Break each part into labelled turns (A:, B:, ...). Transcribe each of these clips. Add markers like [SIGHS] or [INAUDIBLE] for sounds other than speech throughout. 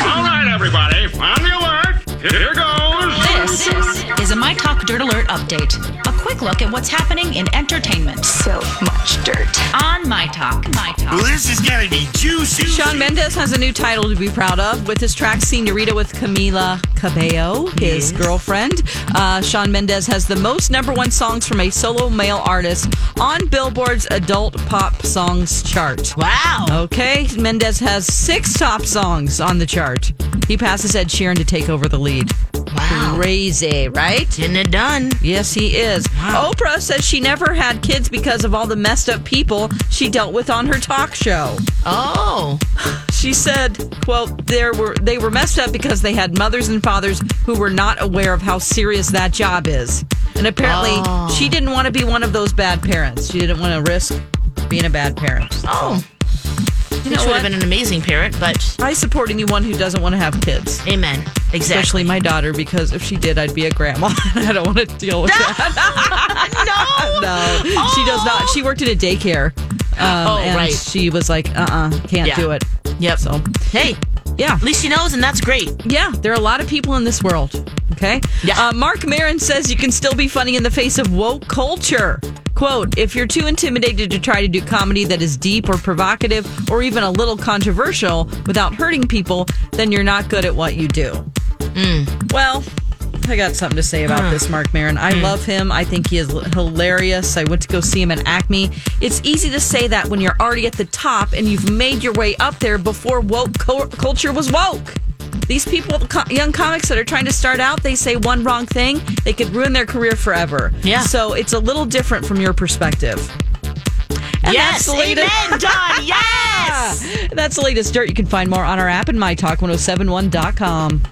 A: All right, everybody, on the alert. Here goes.
B: This is a My Talk Dirt Alert update. A quick look at what's happening in entertainment. So much dirt. On My Talk. My Talk.
A: This is gonna be juicy.
C: Sean Mendes has a new title to be proud of with his track Senorita with Camila Cabello, his girlfriend. Uh, Sean Mendes has the most number one songs from a solo male artist on Billboard's adult pop songs chart.
B: Wow.
C: Okay, Mendes has six top songs on the chart. He passes Ed Sheeran to take over the lead.
B: Wow.
C: Crazy, right?
B: Getting it done.
C: Yes, he is. Oprah says she never had kids because of all the messed up people she dealt with on her talk show.
B: Oh.
C: She said, "Quote: There were they were messed up because they had mothers and fathers who were not aware of how serious that job is, and apparently
B: Oh.
C: she didn't want to be one of those bad parents. She didn't want to risk being a bad parent.
B: Oh. You
C: know
B: would
C: what?
B: have been an amazing parent, but
C: I support anyone who doesn't want to have kids."
B: amen. Exactly.
C: Especially my daughter, because if she did, I'd be a grandma. [LAUGHS] I don't want to deal with that.
B: [LAUGHS] no.
C: [LAUGHS] No, she does not. She worked at a daycare. Um,
B: Oh,
C: and
B: right.
C: She was like, uh uh-uh, uh, can not
B: Yeah.
C: do it.
B: Yep.
C: So,
B: Hey,
C: yeah.
B: at least she knows, and that's great.
C: Yeah, there are a lot of people in this world. Okay.
B: Yeah.
C: Uh, Mark Marin says you can still be funny in the face of woke culture. Quote, if you're too intimidated to try to do comedy that is deep or provocative or even a little controversial without hurting people, then you're not good at what you do. Well, I got something to say about this Mark Marin. I love him. I think he is l- hilarious. I went to go see him at Acme. It's easy to say that when you're already at the top and you've made your way up there before woke co- culture was woke. These people, co- young comics that are trying to start out, they say one wrong thing, they could ruin their career forever.
B: Yeah.
C: So it's a little different from your perspective. And
B: yes.
C: that's the latest- [LAUGHS]
B: Amen, Don. Yes.
C: Ah, That's the latest dirt. You can find more on our app and mytalk1071.com.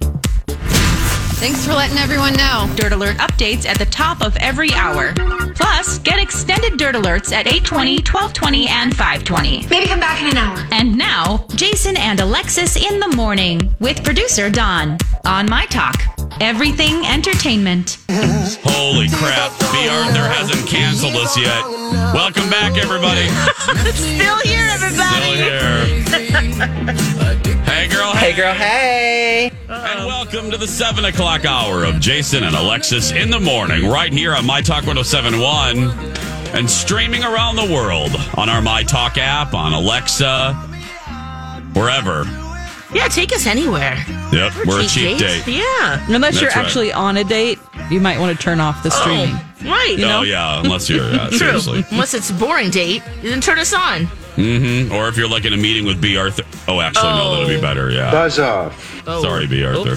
D: Thanks for letting everyone know.
E: Dirt Alert updates at the top of every hour. Plus, get extended Dirt Alerts at 820, 1220, and 520.
D: Maybe come back in an hour.
E: And now, Jason and Alexis in the morning with producer Don on My Talk. Everything entertainment.
F: Holy crap. The Arthur hasn't canceled us yet. Welcome back,
B: [LAUGHS]
F: everybody.
B: Still here, everybody.
F: Still here. Hey, girl. Hey, girl. Hey. And welcome to the 7 o'clock hour of Jason and Alexis in the morning, right here on My Talk 1071 and streaming around the world on our My Talk app, on Alexa, wherever.
B: Yeah, take us anywhere.
F: Yep, we're a cheap
B: dates.
F: date.
B: Yeah.
C: Unless
F: That's
C: you're
F: right.
C: actually on a date, you might want to turn off the streaming.
B: Oh, right.
C: You know?
F: Oh, yeah, unless you're,
B: [LAUGHS]
F: yeah,
B: True.
F: seriously.
B: Unless it's a boring date, then turn us on.
F: Mm-hmm. Or if you're like in a meeting with B. Arthur. Oh, actually, no, that'll be better. Yeah. Buzz off.
B: Oh.
F: Sorry, B. Arthur.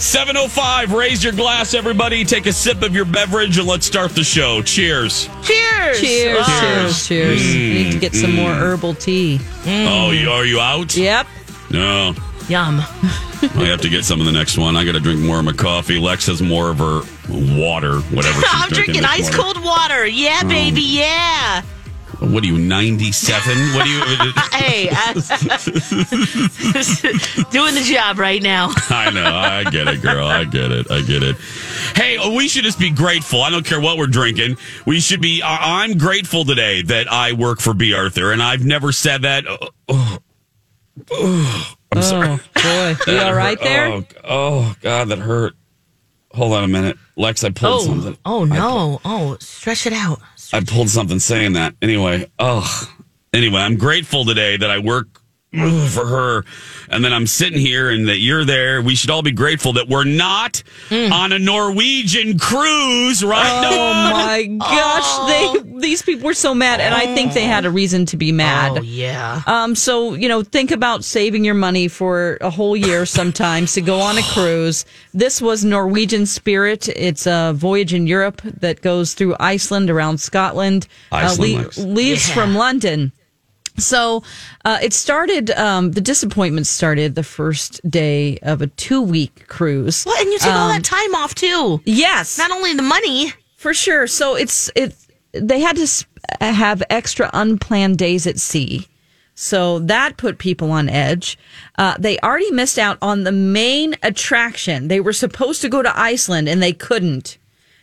F: 705, raise your glass, everybody. Take a sip of your beverage and let's start the show. Cheers.
B: Cheers. Oh,
C: Cheers, cheers, cheers. We need to get some more herbal tea.
B: Mm.
F: Oh, you, are you out?
C: Yep.
F: No.
B: Yum.
F: I have to get some of the next one. I got to drink more of my coffee. Lex has more of her water,
B: [LAUGHS]
F: whatever. She's
B: I'm drinking
F: this Mm.
B: ice
F: morning.
B: cold water. Yeah, baby. Yeah.
F: What are you, 97? What are
B: [LAUGHS]
F: you.
B: Hey,
F: [LAUGHS]
B: I- doing the job right now.
F: I know. I get it, girl. I get it. I get it. Hey, we should just be grateful. I don't care what we're drinking. We should be. I- I'm grateful today that I work for B. Arthur, and I've never said that. Oh, oh, oh, I'm sorry.
C: Oh, boy. You
F: That
C: all right
F: hurt.
C: there?
F: Oh, oh, God, that hurt. Hold on a minute, Lex. I pulled
B: Oh,
F: something.
B: oh no. Oh, stretch it out.
F: I pulled something saying that. Anyway, oh, anyway, I'm grateful today that I work "Ugh," for her. And then I'm sitting here and that you're there. We should all be grateful that we're not on a Norwegian cruise right
C: Hmm. Oh
F: now.
C: [LAUGHS] my gosh, they these people were so mad, and I think they had a reason to be mad.
G: Oh, yeah.
C: Um, so you know, think about saving your money for a whole year sometimes to go on a cruise. This was Norwegian Spirit. It's a voyage in Europe that goes through Iceland around Scotland. uh,
F: Iceland
C: le-
F: looks-
C: leaves from London. So uh, it started. Um, the disappointment started the first day of a two-week cruise. Um,
G: Well, and you take all that time off, too.
C: Yes,
G: Not only the money.
C: for sure. So it's it's they had to sp- have extra unplanned days at sea. So that put people on edge. Uh, they already missed out on the main attraction. They were supposed to go to Iceland and they couldn't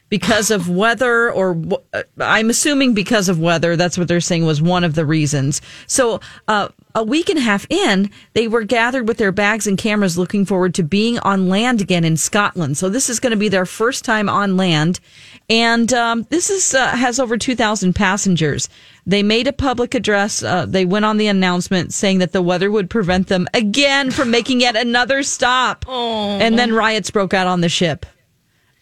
C: because of weather, or w- uh, I'm assuming because of weather. That's what they're saying was one of the reasons. So uh, a week and a half in, they were gathered with their bags and cameras, looking forward to being on land again in Scotland. So this is going to be their first time on land, and um, this is uh, has over 2,000 passengers. They made a public address. Uh, they went on the announcement saying that the weather would prevent them again from making yet another stop. And then riots broke out on the ship.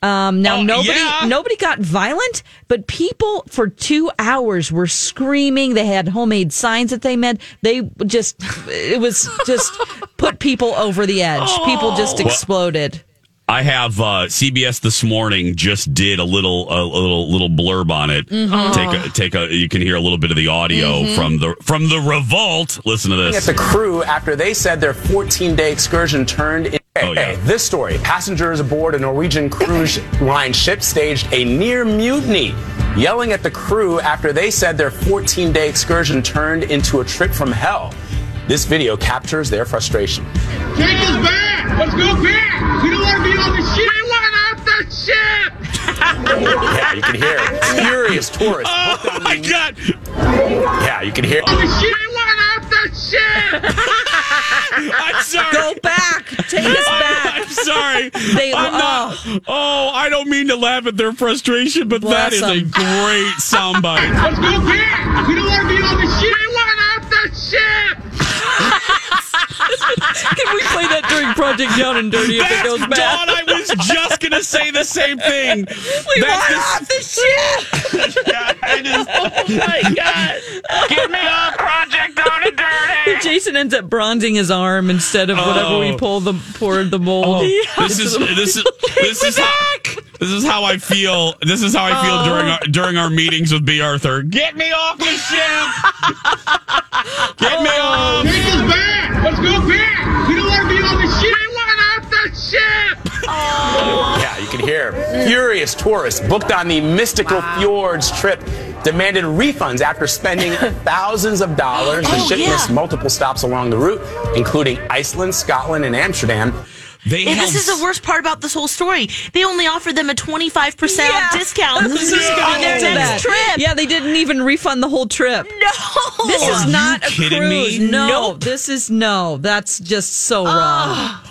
C: Um, now
F: Oh,
C: nobody
F: yeah.
C: nobody got violent, but people for two hours were screaming. They had homemade signs that they meant. They just it was
F: [LAUGHS]
C: just put people over the edge. People just
F: Oh.
C: exploded.
F: I have uh, CBS this morning just did a little a little little blurb on it.
C: Mm-hmm.
F: Take a, take a you can hear a little bit of the audio from the from the revolt. Listen to this.
H: It's a crew after they said their 14-day excursion turned in.
F: Oh, yeah.
H: This story: passengers aboard a Norwegian cruise line ship staged a near mutiny, yelling at the crew after they said their 14-day excursion turned into a trip from hell. This video captures their frustration.
A: Take us back! Let's go back! We don't want to be on the ship! We want off the ship!
H: yeah, you
F: [LAUGHS]
H: can hear it. furious tourists.
F: [LAUGHS] Oh my god!
H: Yeah, you can hear.
A: On the ship! We want off the ship!
F: I'm sorry.
C: Go back, take
F: [LAUGHS]
C: us back.
F: I'm sorry.
C: They-
F: I'm not. Oh, I don't mean to laugh at their frustration, but that
C: Bless
F: is
C: 'em.
F: a
C: [LAUGHS]
F: great soundbite.
A: Let's go back! We don't want to be on the ship! We want off the ship!
C: Can we play that during Project Down and Dirty if it
F: That's
C: goes
F: Dawn.
C: bad?
F: I was just gonna say the same thing.
C: [LAUGHS] We
F: That's
C: want
F: just-
C: [LAUGHS] off the ship.
F: I just-
C: Oh
A: Give me a project down and dirty!
C: Jason ends up bronzing his arm instead of whatever we
F: Oh.
C: pull the poured the [LAUGHS] mold.
F: this is
C: [LAUGHS]
F: this is this is how, this is how I feel. This is how I
C: Oh.
F: feel during our, during our meetings with B. Arthur. Get me off the
C: [LAUGHS]
F: ship. Get
C: Oh.
F: me off.
A: Take us back! Let's go back! We don't want to be on the ship! We want off the ship!
H: Yeah, you can hear. Furious tourists booked on the mystical fjords trip demanded refunds
G: [LAUGHS]
H: after spending thousands of dollars.
G: Oh,
H: The ship missed multiple stops along the route, including Iceland, Scotland, and Amsterdam.
F: They
G: And
F: held
G: this is the worst part about this whole story. They only offered them a 25%
C: Yeah.
G: discount
C: [LAUGHS] This is
F: No.
G: on their
F: gonna
G: next
C: that.
G: trip.
C: Yeah, they didn't even refund the whole trip.
G: No.
C: This is
F: Are
C: not
F: you
C: a
F: kidding
C: cruise.
F: me?
C: No, this is no. That's just so
F: Ah.
C: wrong.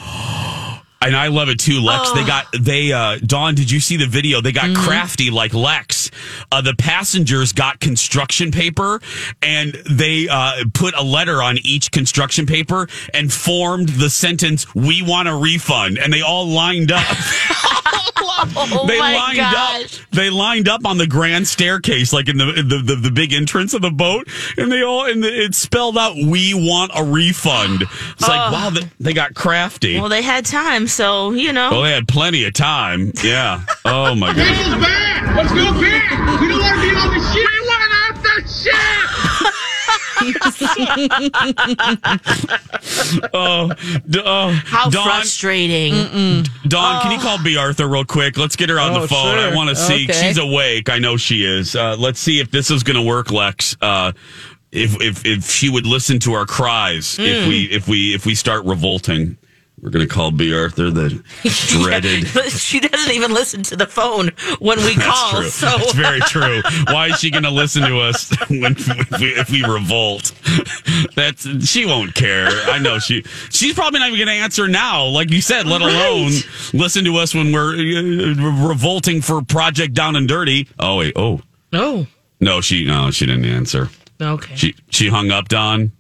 F: and I love it too, Lex.
C: Oh.
F: They got they uh Dawn, did you see the video? They got
C: Mm-hmm.
F: crafty like Lex. Uh the passengers got construction paper and they uh put a letter on each construction paper and formed the sentence, We want a refund, and they all lined up.
G: [LAUGHS]
C: [LAUGHS]
G: oh
F: [LAUGHS] they
G: my
F: lined
G: gosh.
F: up they lined up on the grand staircase, like in the the, the the big entrance of the boat, and they all and it spelled out we want a refund. It's like wow they, they got crafty.
G: Well, they had time, so, you know.
F: Well, they had plenty of time. Yeah. Oh my god.
C: [LAUGHS]
A: Take us back! Let's go back! We don't want to be on the ship! We want off the ship!
F: Oh, d- oh.
G: How
F: Dawn,
G: frustrating. [LAUGHS]
F: Dawn, can you call B. Arthur real quick? Let's get her on the
C: Oh,
F: phone. I
C: sure.
F: want to see.
C: Okay.
F: She's awake. I know she is. Uh, let's see if this is going to work, Lex. Uh, if if if she would listen to our cries,
C: Hmm.
F: if we if we if we start revolting, we're going to call B. Arthur
C: [LAUGHS]
F: the dreaded.
G: [LAUGHS] she doesn't even listen to the phone when we
F: That's
G: call.
F: true.
G: So
F: That's very true. Why is she going to listen to us [LAUGHS] when, if, we, if we revolt? That's she won't care. I know she. She's probably not even going to answer now. Like you said, let alone listen to us when we're uh, revolting for Project Down and Dirty. Oh wait. Oh
G: no.
F: no, she no, she didn't answer.
G: Okay.
F: She she hung up. Don.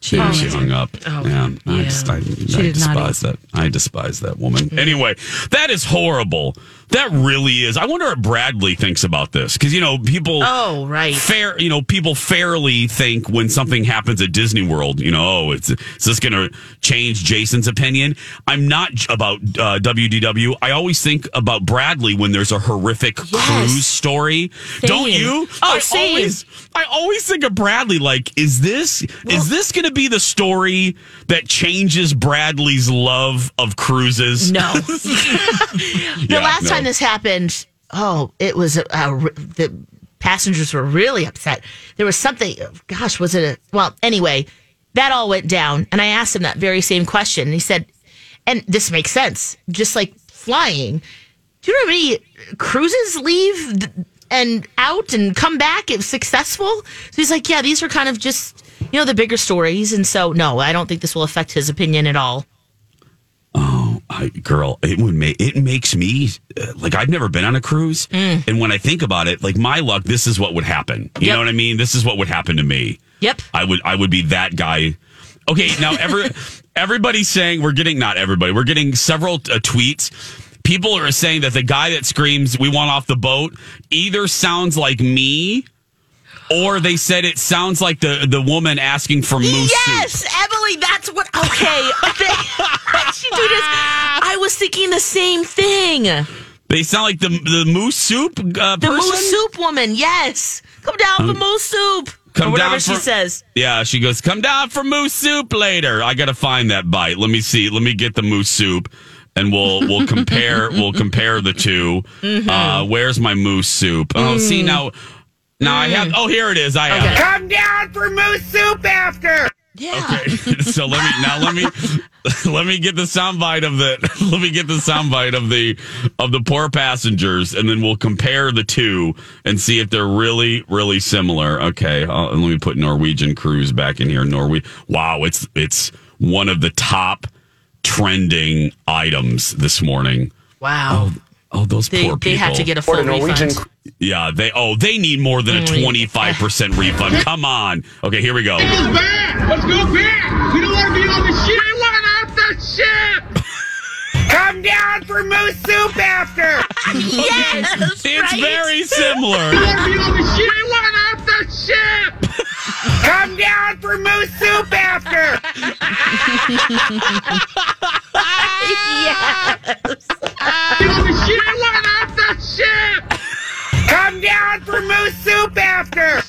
F: She,
C: Oh,
F: she
C: yeah.
F: hung up.
C: Oh,
F: yeah, I, just, I, I
C: did not
F: despise that. I despise that woman. Anyway, that is horrible. That really is. I wonder what Bradley thinks about this because you know people.
G: Oh, right.
F: Fair, you know, people fairly think when something happens at Disney World, you know, oh, it's is this going to change Jason's opinion? I'm not j- about uh, WDW. I always think about Bradley when there's a horrific cruise story. Don't
G: Same.
F: you?
G: Oh,
F: I
G: same.
F: always I always think of Bradley like, is this is this going to be the story that changes Bradley's love of cruises? [LAUGHS]
G: No.
F: the
G: Mm-hmm. the last time this happened, oh, it was uh, uh, the passengers were really upset. There was something. Gosh, was it a well? Anyway, that all went down, and I asked him that very same question. And he said, "And this makes sense, just like flying. Do you know how many cruises leave th- and out and come back if successful?" So he's like, "Yeah, these are kind of just." You know, the bigger stories. And so, no, I don't think this will affect his opinion at all.
F: I, girl, it would make it makes me uh, like I've never been on a cruise,
G: Mm.
F: and when I think about it, like my luck, this is what would happen. You know what I mean? This is what would happen to me.
G: Yep.
F: I would I would be that guy. Okay, now
G: [LAUGHS]
F: every everybody's saying we're getting not everybody we're getting several uh, tweets. People are saying that the guy that screams "We want off the boat" either sounds like me, or they said it sounds like the the woman asking for moose soup.
G: Yes, Emily, that's what.
F: [LAUGHS]
G: Okay, Thank- she do this. I was thinking the same thing. The
F: They sound like the the moose soup uh, person.
G: moose soup woman. Yes, come down for
F: Um,
G: moose soup.
F: come
G: or whatever
F: down
G: she
F: for-
G: says.
F: Yeah, she goes, come down for moose soup later. I gotta find that bite. Let me see. Let me get the moose soup, and we'll we'll compare we'll compare the 2 Uh, where's my moose soup? Oh, see now, now I have. Oh, here it is. I have. it.
A: Come down for moose soup after.
G: Yeah.
F: Okay. [LAUGHS] so let me [LAUGHS] now let me let me get the soundbite of the [LAUGHS] let me get the soundbite of the of the poor passengers, and then we'll compare the two and see if they're really really similar. Okay, uh, and let me put Norwegian cruise back in here. Norway. Wow, it's it's one of the top trending items this morning.
G: Wow.
F: Oh, those
G: they
F: poor people.
G: they have to get a full
H: Or the
G: [LAUGHS]
H: Norwegian
G: refund.
F: yeah, they oh they need more than
G: Mm.
F: a twenty five percent
G: [LAUGHS]
F: refund. Come on. Okay, here we go.
A: Take us back. Let's go back. We don't want to be on the ship. We want off the ship. Come down for moose soup after.
G: yes,
F: It's
G: right?
F: very similar.
A: We want to be on the ship. We want off the ship. Come down for moose soup after.
G: Yeah.
A: Be on the ship. We want off the ship. Come down for moose soup after.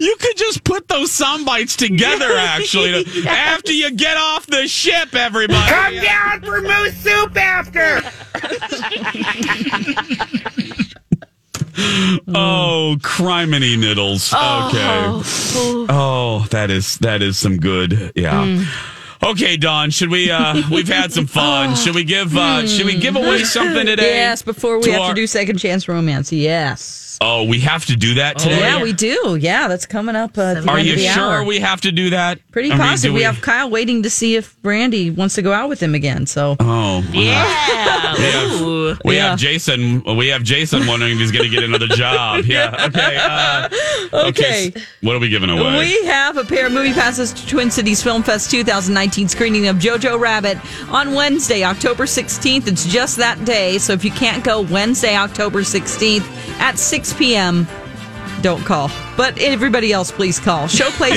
F: You could just put those sound bites
C: [LAUGHS]
F: together, actually. After you get off the ship, everybody.
A: Come down for moose soup after.
F: Oh, criminy niddles.
C: Oh.
F: Okay. Oh, that is that is some good. Yeah.
C: Hmm.
F: Okay, Don. Should we? uh We've had some
C: [LAUGHS]
F: fun. Should we give? uh Should we give away something today?
C: Hmm. Yes, before we
F: To
C: have
F: our-
C: to do second chance romance. Yes.
F: Oh, we have to do that today.
C: yeah, we do. Yeah, that's coming up. Uh, at the
F: Are
C: end
F: you
C: of the
F: sure
C: hour.
F: we have to do that?
C: Pretty
F: I mean, do
C: positive. we, have Kyle waiting to see if Brandy wants to go out with him again. So
F: Oh.
G: Yeah.
F: We have,
G: Ooh.
F: we
C: Yeah.
F: have Jason. We have Jason wondering if he's going to get another
C: [LAUGHS]
F: job. Yeah. Okay. Uh,
C: okay.
F: s- What are we giving away?
C: We have a pair of movie passes to Twin Cities Film Fest 2019 screening of Jojo Rabbit on Wednesday, October 16th. It's just that day. So if you can't go Wednesday, October 16th at 6 p.m., don't call. But everybody else, please call. Showplace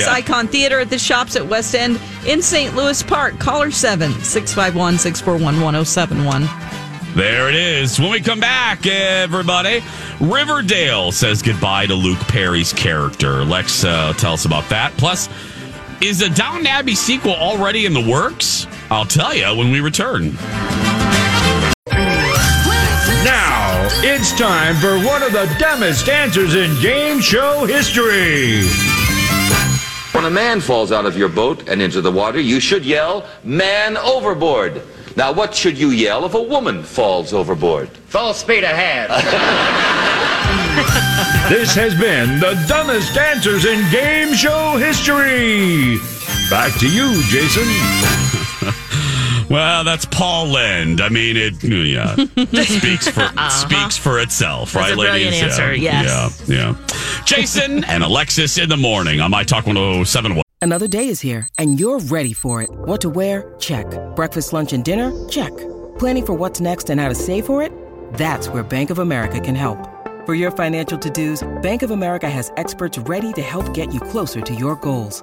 F: [LAUGHS] Yeah.
C: Icon Theater at the shops at West End in St. Louis Park. Caller 7 651 641 1071.
F: There it is. When we come back, everybody, Riverdale says goodbye to Luke Perry's character. Lex, uh, tell us about that. Plus, is a Downton Abbey sequel already in the works? I'll tell you when we return.
I: Now it's time for one of the dumbest answers in game show history.
J: When a man falls out of your boat and into the water, you should yell, Man overboard! Now, what should you yell if a woman falls overboard?
A: Full speed ahead.
I: This has been the dumbest answers in game show history. Back to you, Jason.
F: [LAUGHS] Well, that's Paul Lind. I mean, it yeah,
G: [LAUGHS]
F: speaks for
G: Uh-huh.
F: speaks for itself,
G: That's
F: right,
G: a brilliant
F: ladies?
G: answer,
F: yeah,
G: yes.
F: yeah, yeah. Jason and Alexis in the morning on my Talk 1071.
K: Another day is here, and you're ready for it. What to wear? Check. Breakfast, lunch, and dinner? Check. Planning for what's next and how to save for it? That's where Bank of America can help. For your financial to-dos, Bank of America has experts ready to help get you closer to your goals.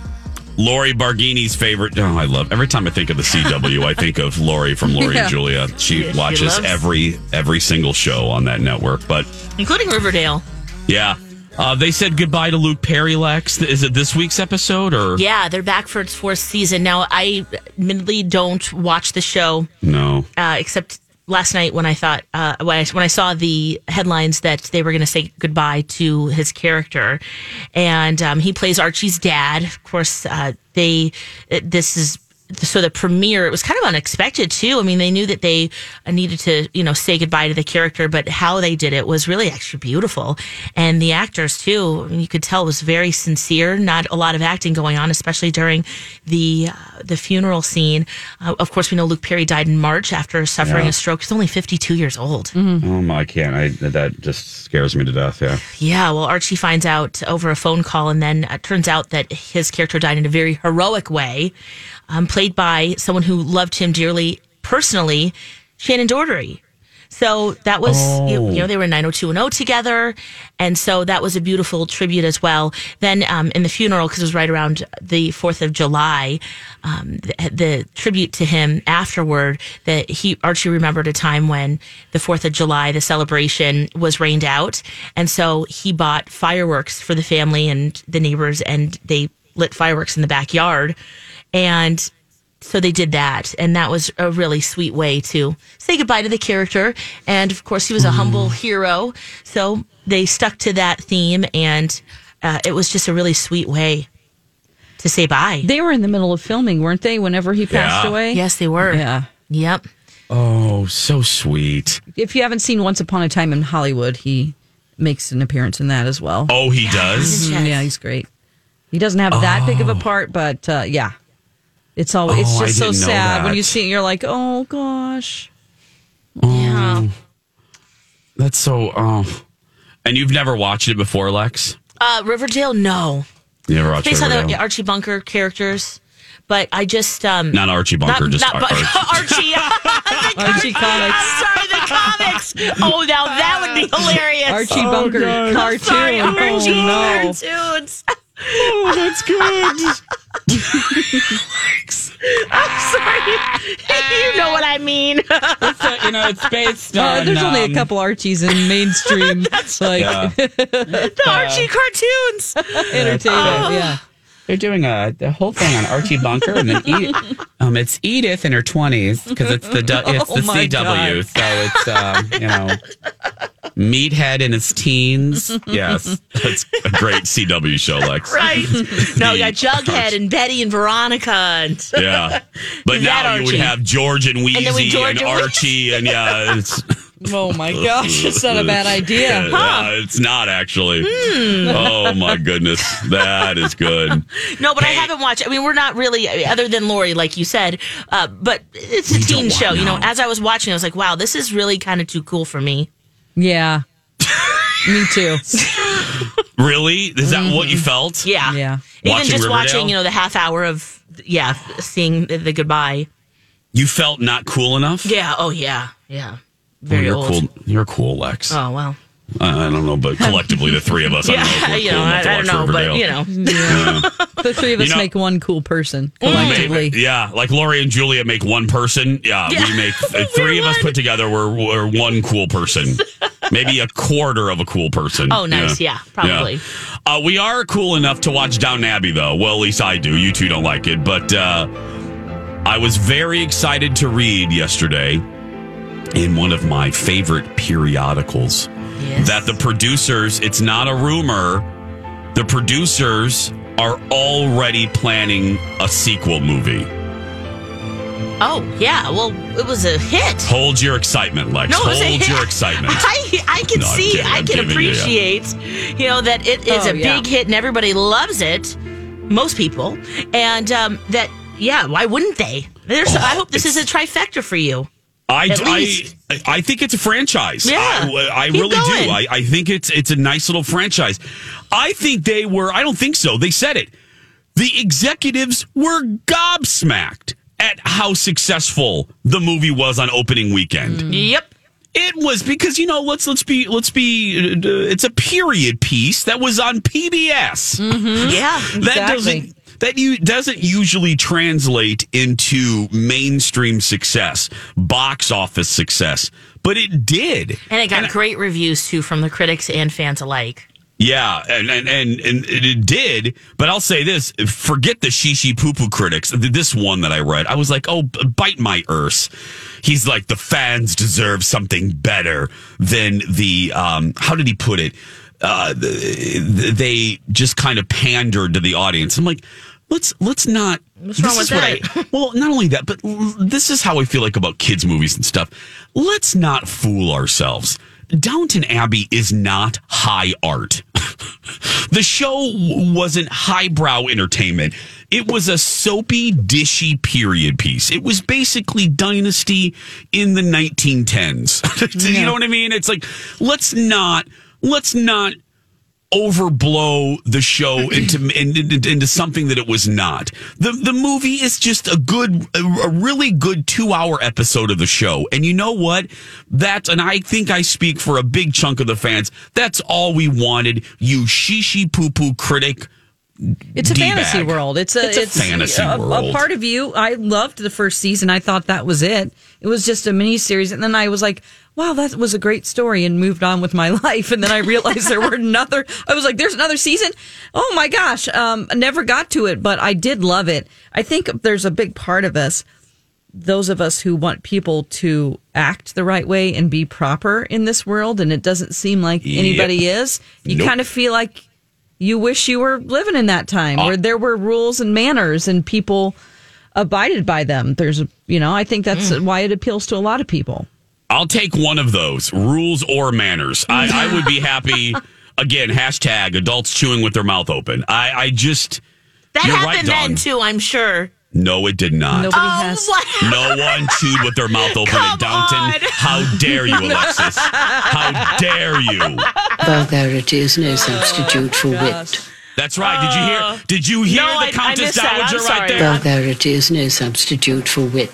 F: Lori Barghini's favorite. Oh, I love every time I think of the CW. I think of Lori from Lori
G: Yeah.
F: and Julia. She
G: Yeah, she
F: watches
G: loves-
F: every every single show on that network. But
G: including Riverdale.
F: yeah, uh, they said goodbye to Luke Perry. Lex, is it this week's episode or
G: Yeah, they're back for its fourth season. Now, I admittedly don't watch the show
F: no?
G: uh, except last night when I thought uh, when, I, when I saw the headlines that they were going to say goodbye to his character, and um, he plays Archie's dad. Of course, uh, they uh, this is. So the premiere, it was kind of unexpected too. I mean, they knew that they uh, needed to, you know, say goodbye to the character, but how they did it was really actually beautiful. And the actors too, I mean, you could tell it was very sincere, not a lot of acting going on, especially during the, uh, the funeral scene. Uh, of course, we know Luke Perry died in March after suffering
F: Yeah.
G: a stroke. He's only 52 years old.
F: Oh my, I can't. I that just scares me to death. Yeah.
G: Yeah, well, Archie finds out over a phone call, and then it turns out that his character died in a very heroic way, um, played by someone who loved him dearly personally, Shannon Doherty. So that was, you, you know, they were 90210 together. And so that was a beautiful tribute as well. Then um, in the funeral, because it was right around the 4th of July, um, the, the tribute to him afterward, that he, Archie remembered a time when the 4th of July, the celebration was rained out. And so he bought fireworks for the family and the neighbors, and they lit fireworks in the backyard. And so they did that and that was a really sweet way to say goodbye to the character and of course he
F: Mm.
G: was a humble hero so they stuck to that theme and uh, it was just a really sweet way to say bye
C: They were in the middle of filming, weren't they? Whenever he passed
F: Yeah.
C: away.
G: Yes, they were.
C: Yeah.
G: Yep.
F: Oh, so sweet.
C: If you haven't seen Once Upon a Time in Hollywood, he makes an appearance in that as well.
F: Oh, he does?
G: Mm-hmm.
C: Mhm, Yeah, he's great. He doesn't have that big of a part, but uh, yeah, it's all. It's
F: Oh, I
C: just so
F: didn't know
C: sad when
F: that.
C: you see it. You're like, oh gosh.
G: Yeah.
F: That's so. Oh. And you've never watched it before, Lex?
G: uh, riverdale no
F: You never watched
G: based on
F: Riverdale?
G: the archie bunker characters but i just um
F: Not Archie Bunker, just Ar-
G: but- [LAUGHS] archie
C: Archie comics.
G: sorry the comics oh now that
F: [LAUGHS]
G: would be hilarious
C: Archie Bunker
G: I'm
C: cartoon.
G: sorry, Archie
C: oh no.
G: cartoons
F: Oh, that's good.
G: I'm sorry. [LAUGHS] you know what I mean.
F: you know, it's based
C: Uh, there's only a couple Archies in mainstream like
F: Yeah.
C: [LAUGHS]
G: the Archie cartoons.
C: entertainment.
F: Oh.
C: Yeah.
F: They're doing a the whole thing on Archie Bunker, and then Edith, um, it's Edith in her twenties because it's the du- it's
C: Oh
F: the
C: my
F: CW,
C: God.
F: so it's um, you know meathead in his teens. Yes, that's a great CW show, Lex.
G: [LAUGHS] Right. No, you got Jughead and Betty and Veronica and
F: Yeah, but
G: That
F: now you would
G: Archie.
F: have George and Wheezy
G: And then
F: and,
G: we George and Wheezy.
F: Archie, and yeah, it's
C: Oh my gosh, it's not a bad idea.
F: Yeah, it's not actually. Oh my goodness, that is good.
G: No, but I haven't watched. I mean, we're not really I mean, other than Lori, like you said. Uh, but it's a teen show. You know, as I was watching, I was like, wow, this is really kind of too cool for me.
C: Yeah. Me too.
F: Really, is that what you felt?
G: Yeah,
C: Mm-hmm. yeah.
G: Even
F: Watching
G: just
F: Riverdale?
G: watching, you know, the half hour of yeah, seeing the, the goodbye.
F: You felt not cool enough.
G: Yeah. Oh yeah. Yeah.
F: Well,
G: Very
F: you're
G: old.
F: cool. You're cool, Lex.
G: Oh well.
F: I I don't know, but collectively, the three of us. I
G: [LAUGHS]
F: don't know
C: Yeah,
F: if we're
C: you
F: cool
C: know,
F: enough to
C: I- I
F: watch
C: don't know, but,
F: Riverdale.
C: you know.
F: Yeah.
C: The three of
F: You
C: us
F: know-
C: make one cool person collectively.
F: Maybe. Yeah, like Lori and Julia make one person. Yeah, we
C: Yeah.
F: make
G: [LAUGHS]
F: uh, three of us put together. We're, we're one cool person, maybe a quarter of a cool person.
G: Oh, nice. Yeah, probably.
F: Uh, we are cool enough to watch Down Abbey, though. Well, at least I do. You two don't like it, but uh, I was very excited to read yesterday in one of my favorite periodicals that the producers. It's not a rumor. The producers are already planning a sequel movie.
G: Oh, yeah. Well, it was a hit.
F: Hold your excitement, Lex.
G: No, it was a
F: Hold
G: hit.
F: your excitement.
G: [LAUGHS] I, I can
F: No, I'm
G: see,
F: kidding,
G: I
F: I'm
G: can
F: kidding, yeah, yeah.
G: appreciate, you know, that it is
F: Oh,
G: a
F: yeah.
G: big hit and everybody loves it. Most people. And um, that, yeah, why wouldn't they? There's,
F: Oh,
G: I hope this is a trifecta for you.
F: I,
G: At
F: I,
G: least.
F: I think it's a franchise.
G: Yeah.
F: I, I
G: Keep
F: really
G: going.
F: do. I, I think it's it's a nice little franchise. I think they were. I don't think so. They said it. The executives were gobsmacked at how successful the movie was on opening weekend.
G: Yep.
F: It was because you know let's let's be let's be uh, it's a period piece that was on PBS.
G: Mm. Yeah,
F: that
G: exactly.
F: doesn't that you doesn't usually translate into mainstream success, box office success, but it did.
G: And it got great reviews, too, from the critics and fans alike.
F: Yeah, and and and, and it it did. But I'll say this: forget the shishi poo poo critics. Th- This one that I read, I was like, "Oh, b- bite my earse." He's like, the fans deserve something better than the. Um, how did he put it? Uh, the, they just kind of pandered to the audience. I'm like, let's let's not.
G: What's wrong
F: this
G: with
F: is what I- well, not only that, but l- this is how I feel like about kids' movies and stuff. Let's not fool ourselves. Downton Abbey is not high art. [LAUGHS] the show w- wasn't highbrow entertainment. It was a soapy, dishy period piece. It was basically Dynasty in the 1910s. [LAUGHS] You know what I mean? It's like let's not let's not overblow the
C: [CLEARS THROAT]
F: show into in- in- into something that it was not. The the movie is just a good a, a really good 2-hour episode of the show. And you know what? That's and I think I speak for a big chunk of the fans. That's all we wanted. You shishi poo poo critic.
C: It's a
F: D-bag.
C: fantasy world. It's a
F: It's a fantasy
C: a, A
F: world.
C: part of you. I loved the first season. I thought that was it. It was just a mini series, and then I was like, "Wow, that was a great story," and moved on with my [LAUGHS] life. And then I realized there were another. I was like, "There's another season." Oh my gosh! Um, I never got to it, but I did love it. I think there's a big part of us those of us who want people to act the right way and be proper in this world, and it doesn't seem like
E: Yep.
C: anybody is, you
E: Nope.
C: kind of feel like you wish you were living in that time
G: Ah.
C: where there were rules and manners and people abided by them. There's, a, you know, I think that's
G: Mm.
C: why it appeals to a lot of people.
F: I'll take one of those rules or manners. I, I would
C: [LAUGHS]
F: be happy. Again, hashtag adults chewing with their mouth open. I, I just
G: That
F: you're right,
G: happened
F: Dawn.
G: then, too, I'm sure.
F: No, it did not.
G: Nobody Oh, has- what?
F: No one chewed with their mouth open at Downton. How dare you, Alexis? How dare you?
L: Vulgarity is
G: Oh,
L: no substitute for wit.
F: That's right. Did you hear? Did you hear
G: no, I- I
F: the Countess
G: missed that. I'm
F: Dowager right
G: sorry.
F: there?
L: Vulgarity is no substitute for wit.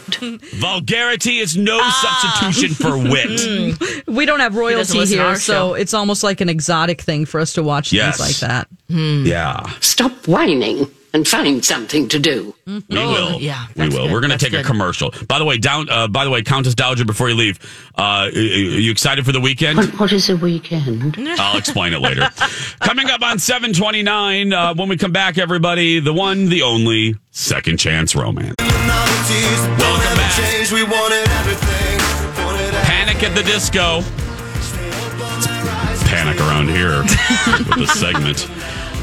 F: Vulgarity is no
G: Ah.
F: substitution for wit.
C: We don't have royalty
G: listen to
C: here,
G: our
C: so
G: show.
C: it's almost like an exotic thing for us to watch
F: Yes.
C: things like that.
F: Yeah,
L: Stop whining and find something to do.
F: we
G: Oh,
F: will.
L: yeah,
F: we will. We're going to take a commercial. By the way, down. Uh, by the way, Countess Dowager. Before you leave, uh, are you excited for the weekend?
L: What is a weekend?
F: I'll explain it
G: [LAUGHS]
F: later. Coming up on 729, uh, when we come back, everybody, the one, the only, second chance romance. Welcome back.
A: We wanted everything.
F: Panic at the disco. Panic around
G: [LAUGHS]
F: here with this segment.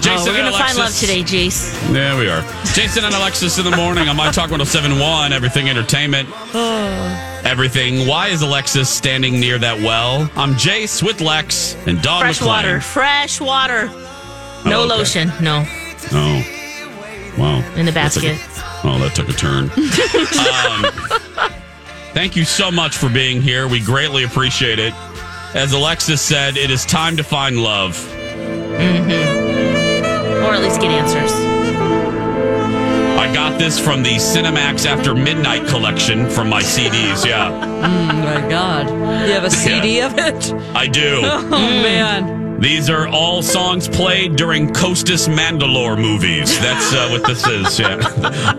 F: Jason
G: oh,
F: and
G: we're gonna
F: Alexis.
G: find love today, Jace.
F: There we are. Jason and Alexis in the morning on My Talk 1071, Everything
G: [SIGHS]
F: Entertainment. Everything. Why is Alexis standing near that well? I'm Jace with Lex and Don
G: Fresh water, fresh water. No
F: Oh, okay.
G: lotion, no.
F: Oh. Wow.
G: In the
F: That took a-
G: basket.
F: oh, that took a
G: [LAUGHS]
F: turn. um, thank you so much for being here. We greatly appreciate it. As Alexis said, it is time to find love.
G: Or at least get answers.
F: I I got this from the Cinemax After Midnight collection from my CDs. Yeah.
C: Oh my God. You have a CD of it? [LAUGHS]
F: I do.
G: [LAUGHS]
C: Oh,
G: Mm.
C: man.
F: These are all songs played during Costas Mandalore movies. That's uh, what this is. Yeah.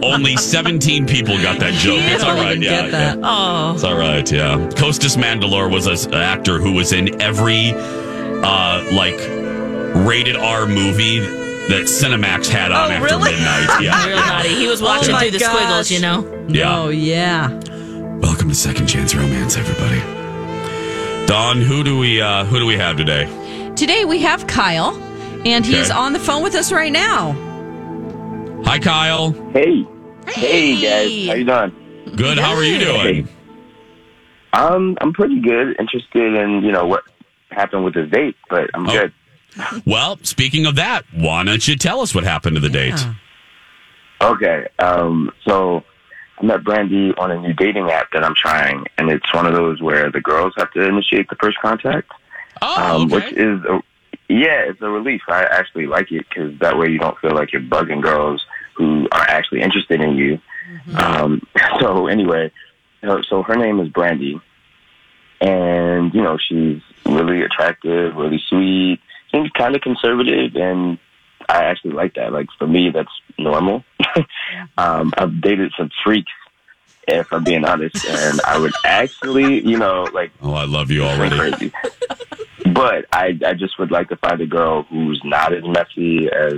F: [LAUGHS] Only 17 people got that joke.
C: Yeah,
F: It's all
C: I
F: right.
C: didn't
F: Yeah,
C: get that.
F: yeah.
C: Oh.
F: It's all right. Yeah. Costas Mandalore was an actor who was in every uh, like rated R movie that Cinemax had on
C: Oh,
F: after
C: [LAUGHS]
F: midnight. Yeah.
G: Real naughty. He
F: Oh
G: was watching
C: my
G: through the squiggles,
C: gosh.
G: you know.
F: Yeah.
C: Oh, yeah.
F: Welcome to Second Chance Romance, everybody. Don, who do we uh, who do we have today?
C: Today we have Kyle, and he's
F: Okay.
C: on the phone with us right now.
F: Hi, Kyle.
M: Hey. Hey guys, how you doing?
F: Good. How are you doing?
M: Um, I'm pretty good. Interested in you know what happened with the date, but I'm good.
F: Well, speaking of that, why don't you tell us what happened to the date?
M: Okay. Um, so I met Brandy on a new dating app that I'm trying, and it's one of those where the girls have to initiate the first contact.
F: Oh,
M: um, Which is a, yeah, it's a relief. I actually like it because that way you don't feel like you're bugging girls who are actually interested in you. Um, so anyway, her- so her name is Brandy, and you know she's really attractive, really sweet, seems kind of conservative, and I actually like that. Like for me, that's normal. [LAUGHS] um, I've dated some freaks, if I'm being honest, and I would actually, you know, like
F: oh, I love you already.
M: Crazy. But I, I just would like to find a girl who's not as messy as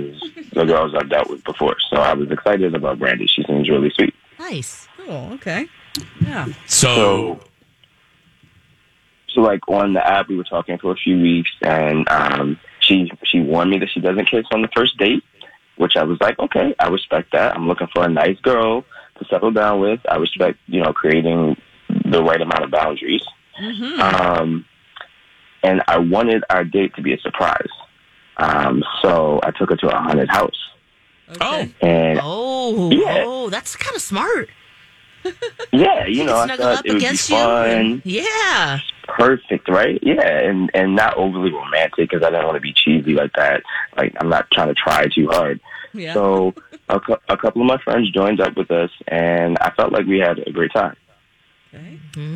M: the girls I've dealt with before. So I was excited about Brandy. She seems really sweet.
C: Nice. Cool. Oh, Okay.
F: So,
M: so like on the app, we were talking for a few weeks, and um, she she warned me that she doesn't kiss on the first date, which I was like, okay, I respect that. I'm looking for a nice girl to settle down with. I respect you know creating the right amount of boundaries. Um, and I wanted our date to be a surprise. Um, so I took her to a haunted house.
G: Oh.
M: And
G: Oh.
M: Yeah.
G: Oh, that's kind of smart.
M: [LAUGHS] yeah, you know, I
G: Snuggle
M: thought
G: up
M: it would be
G: against you.
M: fun,
G: and- Yeah.
M: perfect, right? Yeah, and and not overly romantic because I didn't want to be cheesy like that. Like I'm not trying to try too hard.
C: Yeah.
M: So a, cou- a couple of my friends joined up with us, and I felt like we had a great time.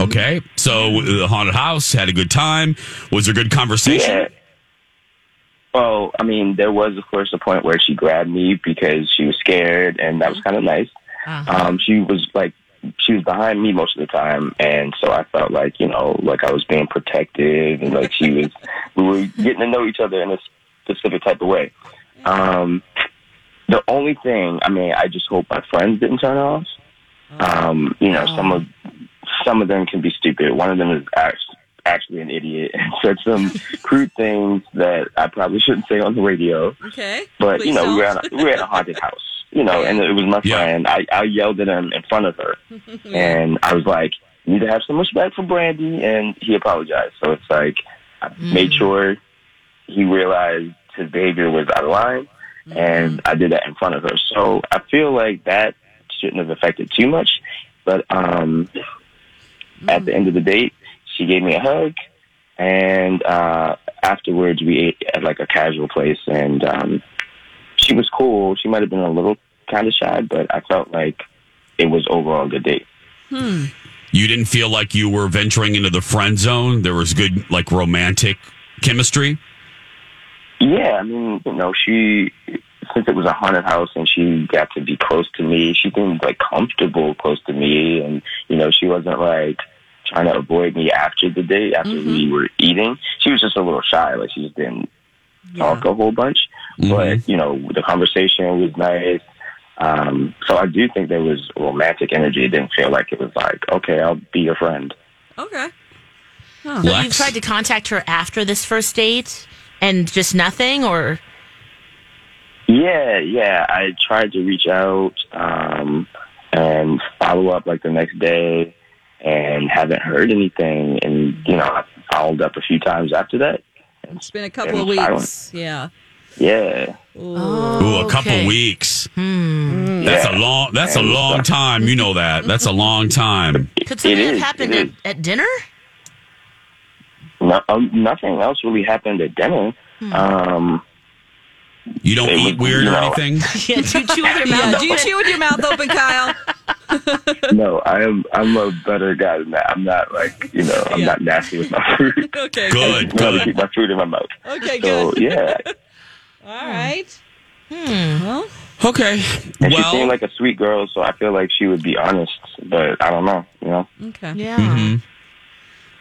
F: okay. So the haunted house had a good time. Was there good conversation?
M: Yeah. Well, I mean, there was, of course, a point where she grabbed me because she was scared, and that was kind of nice. Um, she was like, she was behind me most of the time, and so I felt like, you know, like I was being protected, and like she was, we were getting to know each other in a specific type of way. Um, the only thing, I mean, I just hope my friends didn't turn off. Um, you know, some of some of them can be stupid. One of them is act- actually an idiot and said some crude things that I probably shouldn't say on the radio.
C: Okay.
M: But you
C: Please
M: know, we were
C: don't.
M: at a, we were at a haunted house. You know, and it was my friend. I, I yelled at him in front of her, and I was like, "You need to have some respect for Brandy." And he apologized. So it's like I made sure he realized his behavior was out of line, and I did that in front of her. So I feel like that shouldn't have affected too much. But um, at the end of the date, she gave me a hug, and uh, afterwards we ate at like a casual place, and um, she was cool. She might have been a little kind of shy, but I felt like it was overall a good date.
C: Hmm.
F: You didn't feel like you were venturing into the friend zone. There was good, like, romantic chemistry.
M: Yeah, I mean, you know, she since it was a haunted house and she got to be close to me, she seemed like comfortable close to me, and you know, she wasn't like trying to avoid me after the date after we were eating. She was just a little shy, like she just didn't talk a whole bunch.
F: Mm-hmm.
M: But you know, the conversation was nice. Um, so I do think there was romantic energy. It didn't feel like it was like, okay, I'll be your friend.
C: Okay.
G: So
M: Lex?
G: you've tried to contact her after this first date and just nothing, or
M: Yeah, yeah. I tried to reach out um, and follow up like the next day, and haven't heard anything. And you know, I followed up a few times after that.
C: It's been a couple of
M: Been silent.
C: weeks. Yeah.
M: Yeah,
F: Ooh, a couple weeks.
G: Hmm.
F: That's a long. That's a
M: And- uh,
F: long time. You know
G: Mm-hmm.
F: that. That's a long time.
G: could something
M: It
G: have
M: is,
G: happened
M: it
G: at, at dinner? [LAUGHS] Hmm.
M: no, um, nothing else really happened at dinner. Um,
F: You don't eat weird or anything?
C: Yeah, do you chew with your mouth? Do you chew with your mouth open, [LAUGHS] Kyle?
M: [LAUGHS] No, I am. I'm a better guy than that. I'm not like you know. I'm not nasty with my food.
C: okay,
M: I [LAUGHS] just know how to keep my food in my mouth.
C: Okay,
M: So
G: [LAUGHS]
C: good.
M: yeah,
C: All right. Well,
F: Okay.
M: and
F: Well-
M: she seemed like a sweet girl, so I feel like she would be honest. But I don't know. You know.
C: okay.
G: Yeah.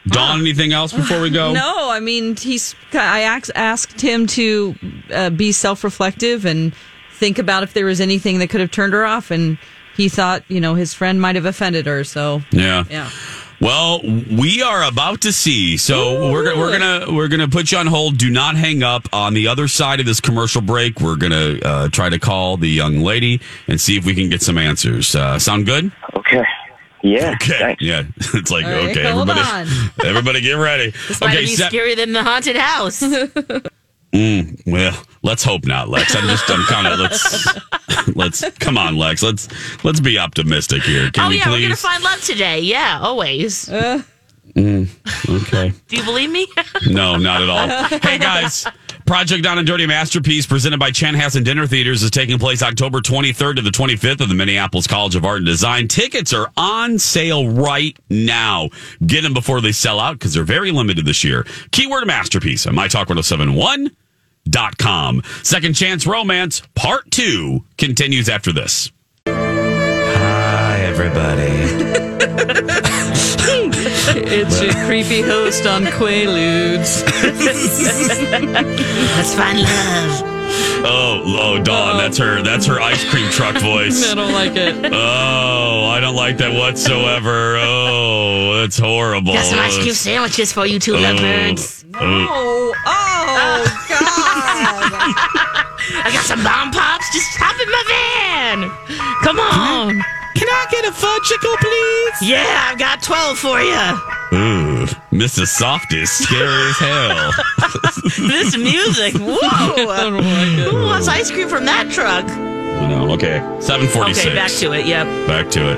F: Dawn, anything else before we
G: [LAUGHS]
F: go?
C: No, I mean he's. I ax- asked him to uh, be self-reflective and think about if there was anything that could have turned her off, and he thought you know his friend might have offended her. So
F: Yeah.
C: yeah.
F: Well, we are about to see. So we're gonna, we're gonna we're gonna put you on hold. Do not hang up. On the other side of this commercial break, we're gonna uh, try to call the young lady and see if we can get some answers. Uh, sound good?
M: Okay. Yeah.
F: Okay. Yeah. [LAUGHS] It's like
G: All right,
F: okay.
G: hold
F: Everybody,
G: on.
F: everybody, get ready.
G: This might
F: okay.
G: be
F: Seth-
G: scarier than the haunted house.
F: Mm, well, let's hope not, Lex. I'm just I'm kind of
G: [LAUGHS]
F: let's let's come on, Lex. Let's let's be optimistic here. Can
G: oh
F: we
G: yeah, we're gonna
F: please?
G: find love today. Yeah, always.
C: Uh,
F: Mm, okay.
G: Do you believe me?
F: No, not at all. Hey guys, Project Down and Dirty Masterpiece, presented by Chanhassen Dinner Theaters, is taking place October 23rd to the 25th at the Minneapolis College of Art and Design. Tickets are on sale right now. Get them before they sell out because they're very limited this year. Keyword masterpiece at mytalk1071.com. Second Chance Romance Part 2 continues after this. Hi, everybody.
C: [LAUGHS] it's your creepy host on Quaaludes.
G: [LAUGHS] Let's find love.
F: Oh, oh, Dawn, that's her. That's her ice cream truck voice.
C: [LAUGHS] I don't like it.
F: Oh, I don't like that whatsoever. Oh, that's horrible.
G: Got some ice cube sandwiches for you two
F: Mm.
G: lovebirds.
C: Oh, oh God!
G: [LAUGHS] I got some bomb pops. Just hop in my van. Come on.
F: Can I get a fudgicle, please?
G: Yeah, I've got twelve for you.
F: Ooh, Mrs. Soft is scary as hell. [LAUGHS]
G: this music.
C: [LAUGHS] Oh,
G: Whoa. Who wants ice cream from that truck?
F: I know. Okay, seven forty-six.
G: Okay, back to it. Yep.
F: Back to it.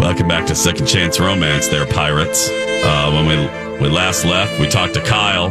F: Welcome back to Second Chance Romance, there, pirates. Uh, when we we last left, we talked to Kyle,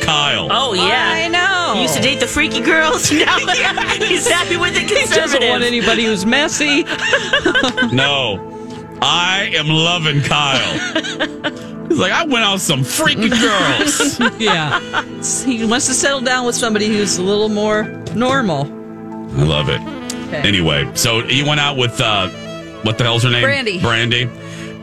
F: Kyle.
G: Oh yeah. I know. He used to date the freaky girls. [LAUGHS]
C: [LAUGHS]
G: Now he's happy with the
C: He
G: conservative.
C: doesn't want anybody who's messy.
F: no. I am loving Kyle.
C: [LAUGHS]
F: He's like, I went out with some freaking girls.
C: [LAUGHS] yeah. He wants to settle down with somebody who's a little more normal.
F: I love it. Anyway, so you went out with uh, what the hell's her name?
C: Brandy.
F: Brandy,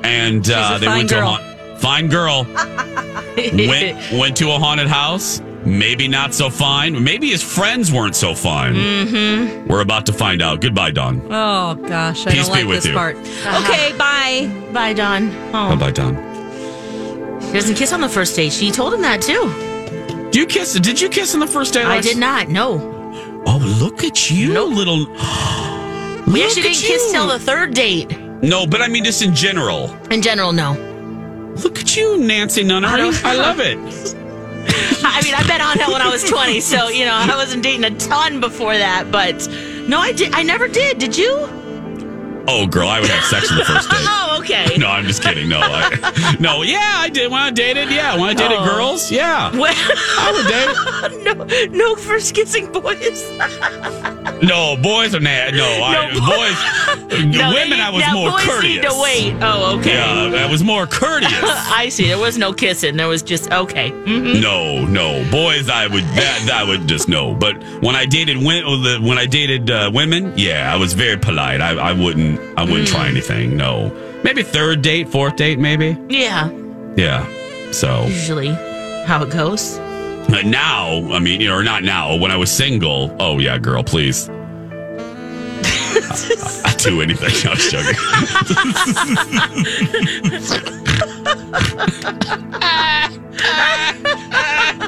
F: and uh,
C: a
F: they
C: fine
F: went
C: girl.
F: to a haunt. Fine
C: [LAUGHS]
F: girl went went to a haunted house. Maybe not so fine. Maybe his friends weren't so fine.
C: Mm-hmm.
F: We're about to find out. Goodbye, Don.
C: Oh gosh, I
F: Peace
C: don't
F: be
C: like
F: with
C: this
F: you.
C: part. Okay, bye.
G: Bye, Don.
F: Bye,
G: Oh.
F: bye, Don.
G: He doesn't kiss on the first date. She told him that too.
F: Do you kiss? Did you kiss on the first date?
G: I
F: Lex?
G: did not. No.
F: Oh, look at you, little.
G: We
F: Look
G: actually
F: at
G: didn't kiss
F: you.
G: till the third date.
F: No, but I mean just in general.
G: In general, no. [LAUGHS]
F: Look at you, Nancy Nunnery.
G: don't-
F: I love it.
G: I mean, I bet on hell when I was 20, so you know I wasn't dating a ton before that. But no, I did. I never did. Did you?
F: Oh, girl, I would have sex on the first date.
G: [LAUGHS] Oh, Okay.
F: No, I'm just kidding. No, I, no, yeah, I did when I dated. Yeah, when I dated
G: Oh.
F: girls. Yeah.
G: Well, [LAUGHS]
F: I
G: would date. no, no first kissing boys.
F: No, boys are not. No, I, boys.
G: [LAUGHS] No,
F: women,
G: they-
F: I was
G: now
F: more
G: boys
F: courteous.
G: need to wait. Oh, okay. [LAUGHS]
F: Yeah, I was more courteous.
G: I see. There was no kissing. There was just okay. hmm
F: No, no, boys. I would that that would just no. But when I dated when when I dated uh, women, yeah, I was very polite. I, I wouldn't I wouldn't
G: Mm.
F: try anything. No, maybe third date, fourth date, maybe.
G: Yeah.
F: Yeah. So
G: Usually, how it goes.
F: but Uh, now, I mean, you know, or not now. When I was single, oh yeah, girl,
A: [LAUGHS]
F: please. I, would do anything. I'm just joking.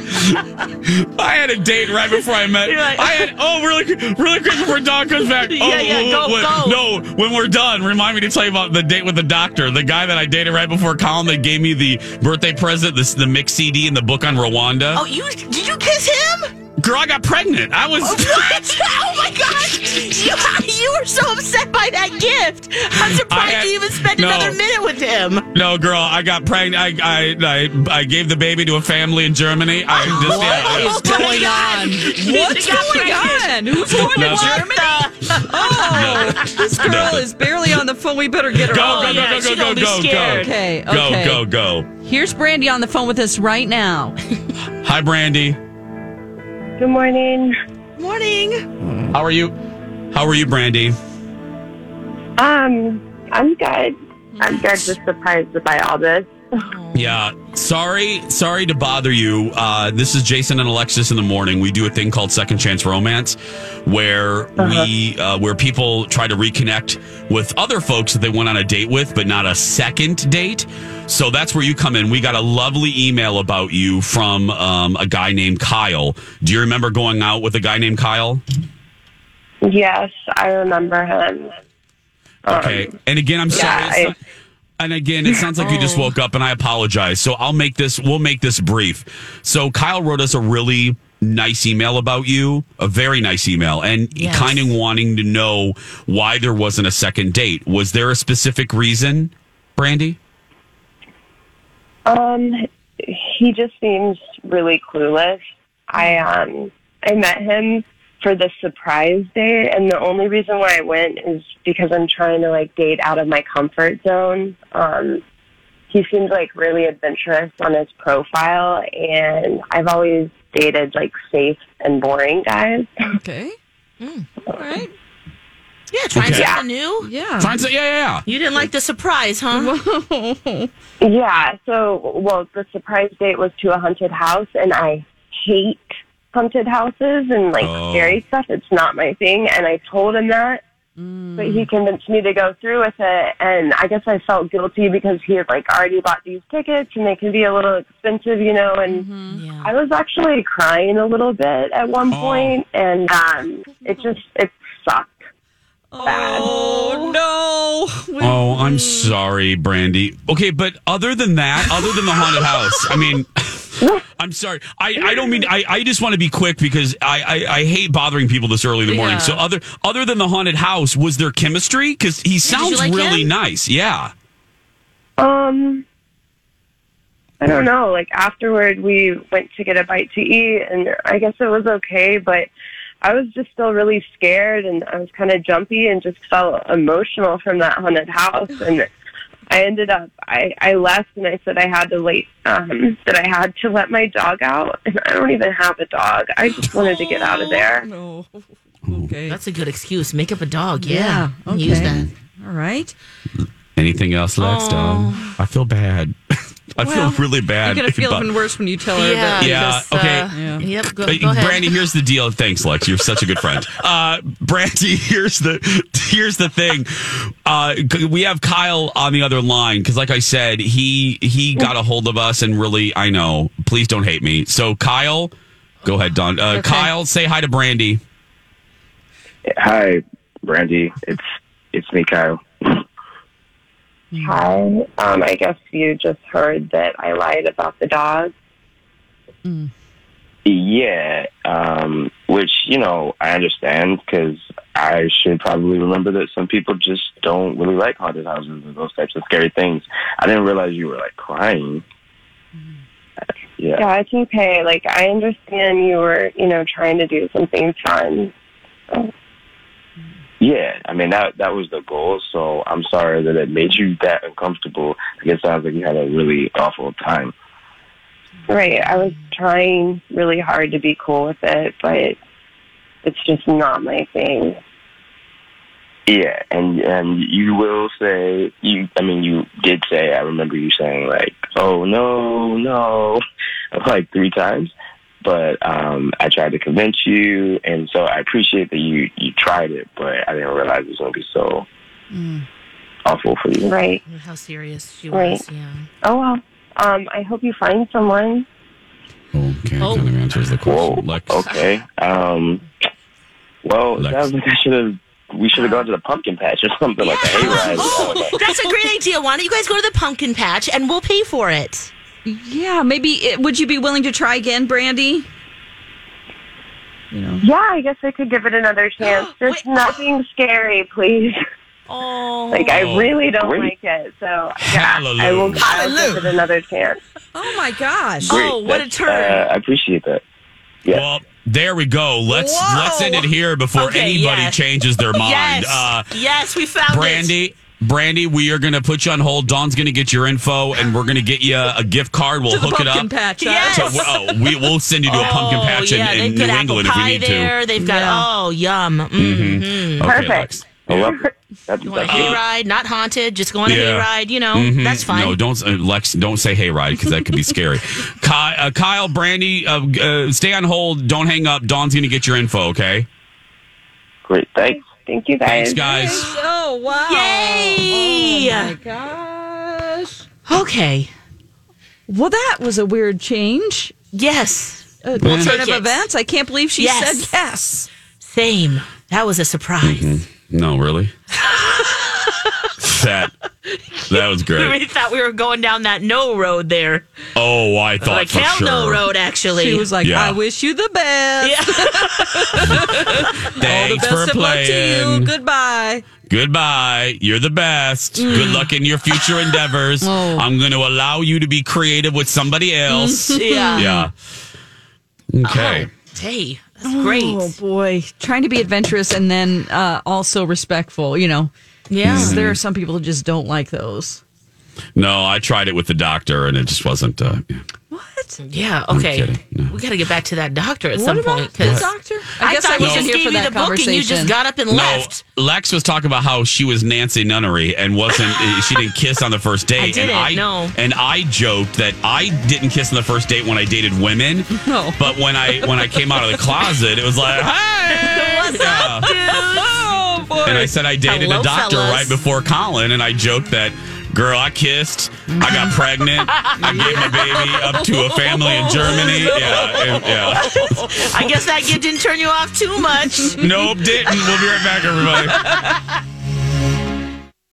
F: I had a date right before I met. I had oh really quick- really quick before Don comes back.
A: [LAUGHS] Yeah,
F: oh,
A: yeah, go,
F: when-
A: go.
F: No, when we're done, remind me to tell you about the date with the doctor, the guy that I dated right before Colin that gave me the birthday present, this the mix CD and the book on Rwanda.
G: Oh, you did you kiss him?
F: Girl, I got pregnant. I was.
G: Oh, what? Oh my gosh! You, you were so upset by that gift. I'm surprised
F: had-
G: you even spent
F: no.
G: another minute with him.
F: [LAUGHS] No, girl, I got pregnant. I, I I I gave the baby to a family in Germany. I just yeah, yeah.
A: What is going on?
C: What's going on? Who's going
F: No,
C: to
F: sure.
C: Germany? Oh, this girl
F: Nothing.
C: is barely on the phone. We better get her
F: Go,
C: on.
F: go, go, go, go, go, go, go.
C: Okay,
F: Go,
C: okay.
F: go, go.
C: Here's Brandy on the phone with us right now.
F: Hi, Brandy.
N: Good morning.
C: Morning.
F: How are you? How are you, Brandy?
N: Um, I'm good. I'm good. Just surprised by all this.
F: Yeah. Sorry, sorry to bother you. Uh, this is Jason and Alexis in the morning. We do a thing called Second Chance Romance, where we uh, where people try to reconnect with other folks that they went on a date with, but not a second date. So that's where you come in. We got a lovely email about you from um, a guy named Kyle. Do you remember going out with a guy named Kyle?
N: Yes, I remember him.
F: Okay. and again, I'm sorry.
N: Um, yeah,
F: It's
N: I-
F: not- and again, it sounds like you just woke up, and I apologize. So I'll make this. We'll make this brief. So Kyle wrote us a really nice email about you, a very nice email, and
A: Yes.
F: kind of wanting to know why there wasn't a second date. Was there a specific reason, Brandy?
N: Mm-hmm. Um, he just seems really clueless. I um, I met him for the surprise date, and the only reason why I went is because I'm trying to like date out of my comfort zone. Um, he seems like really adventurous on his profile, and I've always dated like safe and boring guys.
C: Okay.
G: All right. Yeah, trying
N: Okay.
G: something new.
C: Yeah.
F: Trying to, yeah, yeah,
G: You didn't like the surprise, huh?
N: Yeah. So, well, the surprise date was to a haunted house, and I hate haunted houses and like
A: Oh.
N: scary stuff. It's not my thing. And I told him that, but he convinced me to go through with it. And I guess I felt guilty because he had like already bought these tickets, and they can be a little expensive, you know. And I was actually crying a little bit at one point, and um, it just it sucked.
C: Oh no. We-
F: Oh, I'm sorry, Brandy. Okay, but other than that, other than the haunted house, I mean, [LAUGHS] I'm sorry. I, I don't mean. I, I just want to be quick because I, I, I hate bothering people this early in the morning.
A: Yeah.
F: So other other than the haunted house, was there chemistry? Because he sounds
N: like
F: really
N: him?
F: nice. Yeah.
N: Um, I don't know. Like afterward, we went to get a bite to eat, and I guess it was okay, but I was just still really scared, and I was kind of jumpy, and just felt emotional from that haunted house, and I ended up I I left, and I said I had to wait um, that I had to let my dog out, and I don't even have a dog. I just wanted to get out of there.
C: No.
G: Okay. That's a good excuse. Make up a dog.
C: Yeah,
G: Yeah.
C: okay.
G: Use that.
C: All right.
F: Anything else, Lex? Dom? I feel bad. [LAUGHS] I
C: Well,
F: feel really bad.
C: You're gonna feel
F: but-
C: even worse when you tell her. that
F: Yeah,
C: because,
F: okay.
C: uh,
G: Yep. Go,
F: Uh,
G: go ahead.
F: Brandy, here's the deal. Thanks, Lex. You're such a good
G: [LAUGHS]
F: friend. Uh, Brandy, [LAUGHS] here's the here's the thing. Uh, c- we have Kyle on the other line because, like I said, he he got a hold of us and really, I know. Please don't hate me. So, Kyle, go ahead, Don. Uh, Kyle, say hi to Brandy.
M: Hi, Brandy. It's it's me, Kyle.
N: Hi. Um, I guess you just heard that I lied about the dog.
M: Yeah, um, which you know I understand because I should probably remember that some people just don't really like haunted houses and those types of scary things. I didn't realize you were like crying. Yeah.
N: Yeah, it's okay. Like I understand you were, you know, trying to do something fun.
M: Yeah, I mean that that was the goal. So I'm sorry that it made you that uncomfortable. I guess it sounds like you had a really awful time.
N: Right. I was trying really hard to be cool with it, but it's just not my thing.
M: Yeah, and and you will say you. I mean, you did say. I remember you saying like, "Oh no, no," [LAUGHS] like three times. But um, I tried to convince you, and so I appreciate that you you tried it. But I didn't realize it was going to be so awful for you.
N: Right.
G: How serious she
N: Right.
G: was. Yeah.
N: Oh well. Um, I hope you find someone.
F: Okay,
G: Oh.
F: kind of answers the question. Lex.
M: Okay. Um. Well, it sounds like I should have. We should have gone to the pumpkin patch or something like that. Hey, Ryan.
G: That's a great idea. Why don't you guys go to the pumpkin patch and we'll pay for it?
C: Yeah, maybe. It, would you be willing to try again, Brandy?
N: Yeah, I guess I could give it another chance. Just nothing scary, please.
C: Oh.
N: Like I really don't
C: Great.
N: like it, so yeah, I will
M: Hallelujah.
N: I will give it another chance.
C: Oh my gosh!
M: Great.
C: Oh, what a
M: That's,
C: turn!
M: Uh, I appreciate that. Yeah.
F: Well, there we go. Let's
G: Whoa.
F: let's end it here before
G: Okay,
F: anybody
G: yes.
F: changes their mind.
G: Yes.
F: Uh,
G: yes, we found it.
F: Brandy. Brandy, we are going to put you on hold. Dawn's going to get your info, and we're going to get you a gift card. We'll
G: To the
F: hook it
G: pumpkin
F: up.
G: patch, huh? Yes.
F: So, oh, we will send you to a pumpkin
G: Oh,
F: patch in-
G: yeah,
F: in,
G: they've
F: New
G: got apple
F: England if we
G: pie
F: need
G: there.
F: to.
G: They've got oh yum. Mm-hmm.
F: Okay, Perfect. Lex.
G: You want a hayride? Not haunted. Just going on
F: Uh, Yeah.
G: a hayride. You know
F: Mhm.
G: that's fine.
F: No, don't uh, Lex. Don't say hayride because that could be
G: [LAUGHS]
F: scary. Kyle, uh, Kyle Brandy, uh, uh, stay on hold. Don't hang up. Dawn's going to get your info. Okay.
M: Great. Thanks.
N: Thank you,
F: Thanks, guys.
C: Oh wow!
G: Yay!
C: Oh my gosh!
G: Okay.
C: Well, that was a weird change.
G: Yes.
C: A
G: We'll
C: turn
G: take
C: of
G: it.
C: events. I can't believe she
G: Yes.
C: said yes.
G: Same. That was a surprise.
F: No, really. that that was
G: [LAUGHS]
F: great.
G: We thought we were going down that no road there.
F: Oh, I thought
G: like
F: for
G: hell
F: sure.
G: no road. Actually, [LAUGHS]
C: She was like,
F: Yeah.
C: "I wish you the best. [LAUGHS]
F: Thanks
C: Best
F: for
C: of luck to
F: playing.
C: you. Goodbye."
F: Goodbye. You're the best. Good luck in your future endeavors.
G: [LAUGHS]
C: Oh.
F: I'm going to allow you to be creative with somebody else.
G: [LAUGHS] Yeah.
F: Yeah. Okay.
G: Oh, Hey, that's great.
C: Oh boy, trying to be adventurous and then uh, also respectful. You know,
G: Yeah.
F: Mm.
C: 'Cause there are some people who just don't like those.
F: No, I tried it with the doctor and it just wasn't. Uh, yeah.
G: Yeah.
F: I'm
G: Okay.
F: kidding.
G: We got to get back to that doctor at
C: What
G: some
C: about
G: point
C: the doctor? I guess
G: thought
C: I
G: he
C: wasn't
G: just
C: here
G: gave
C: for
G: you
C: that
G: the book and you
C: conversation.
G: just got up and left.
F: No, Lex was talking about how she was Nancy Nunnery and
G: [LAUGHS]
F: wasn't. she didn't kiss on the first date.
G: I
F: and
G: didn't,
F: I
G: no.
F: And I joked that I didn't kiss on the first date when I dated
G: [LAUGHS]
F: women.
C: No.
F: But when I when I came out of the closet, it was like, hey,
G: what's
F: up,
C: Oh boy!
F: [LAUGHS] And I said I dated
G: Hello,
F: a doctor
G: fellas.
F: right before Colin, and I joked that. Girl, I kissed. I got pregnant. I gave my baby up to a family in Germany. Yeah, and- yeah.
G: I guess that gift didn't turn you off too much.
F: [LAUGHS] Nope, didn't. We'll be right back, everybody.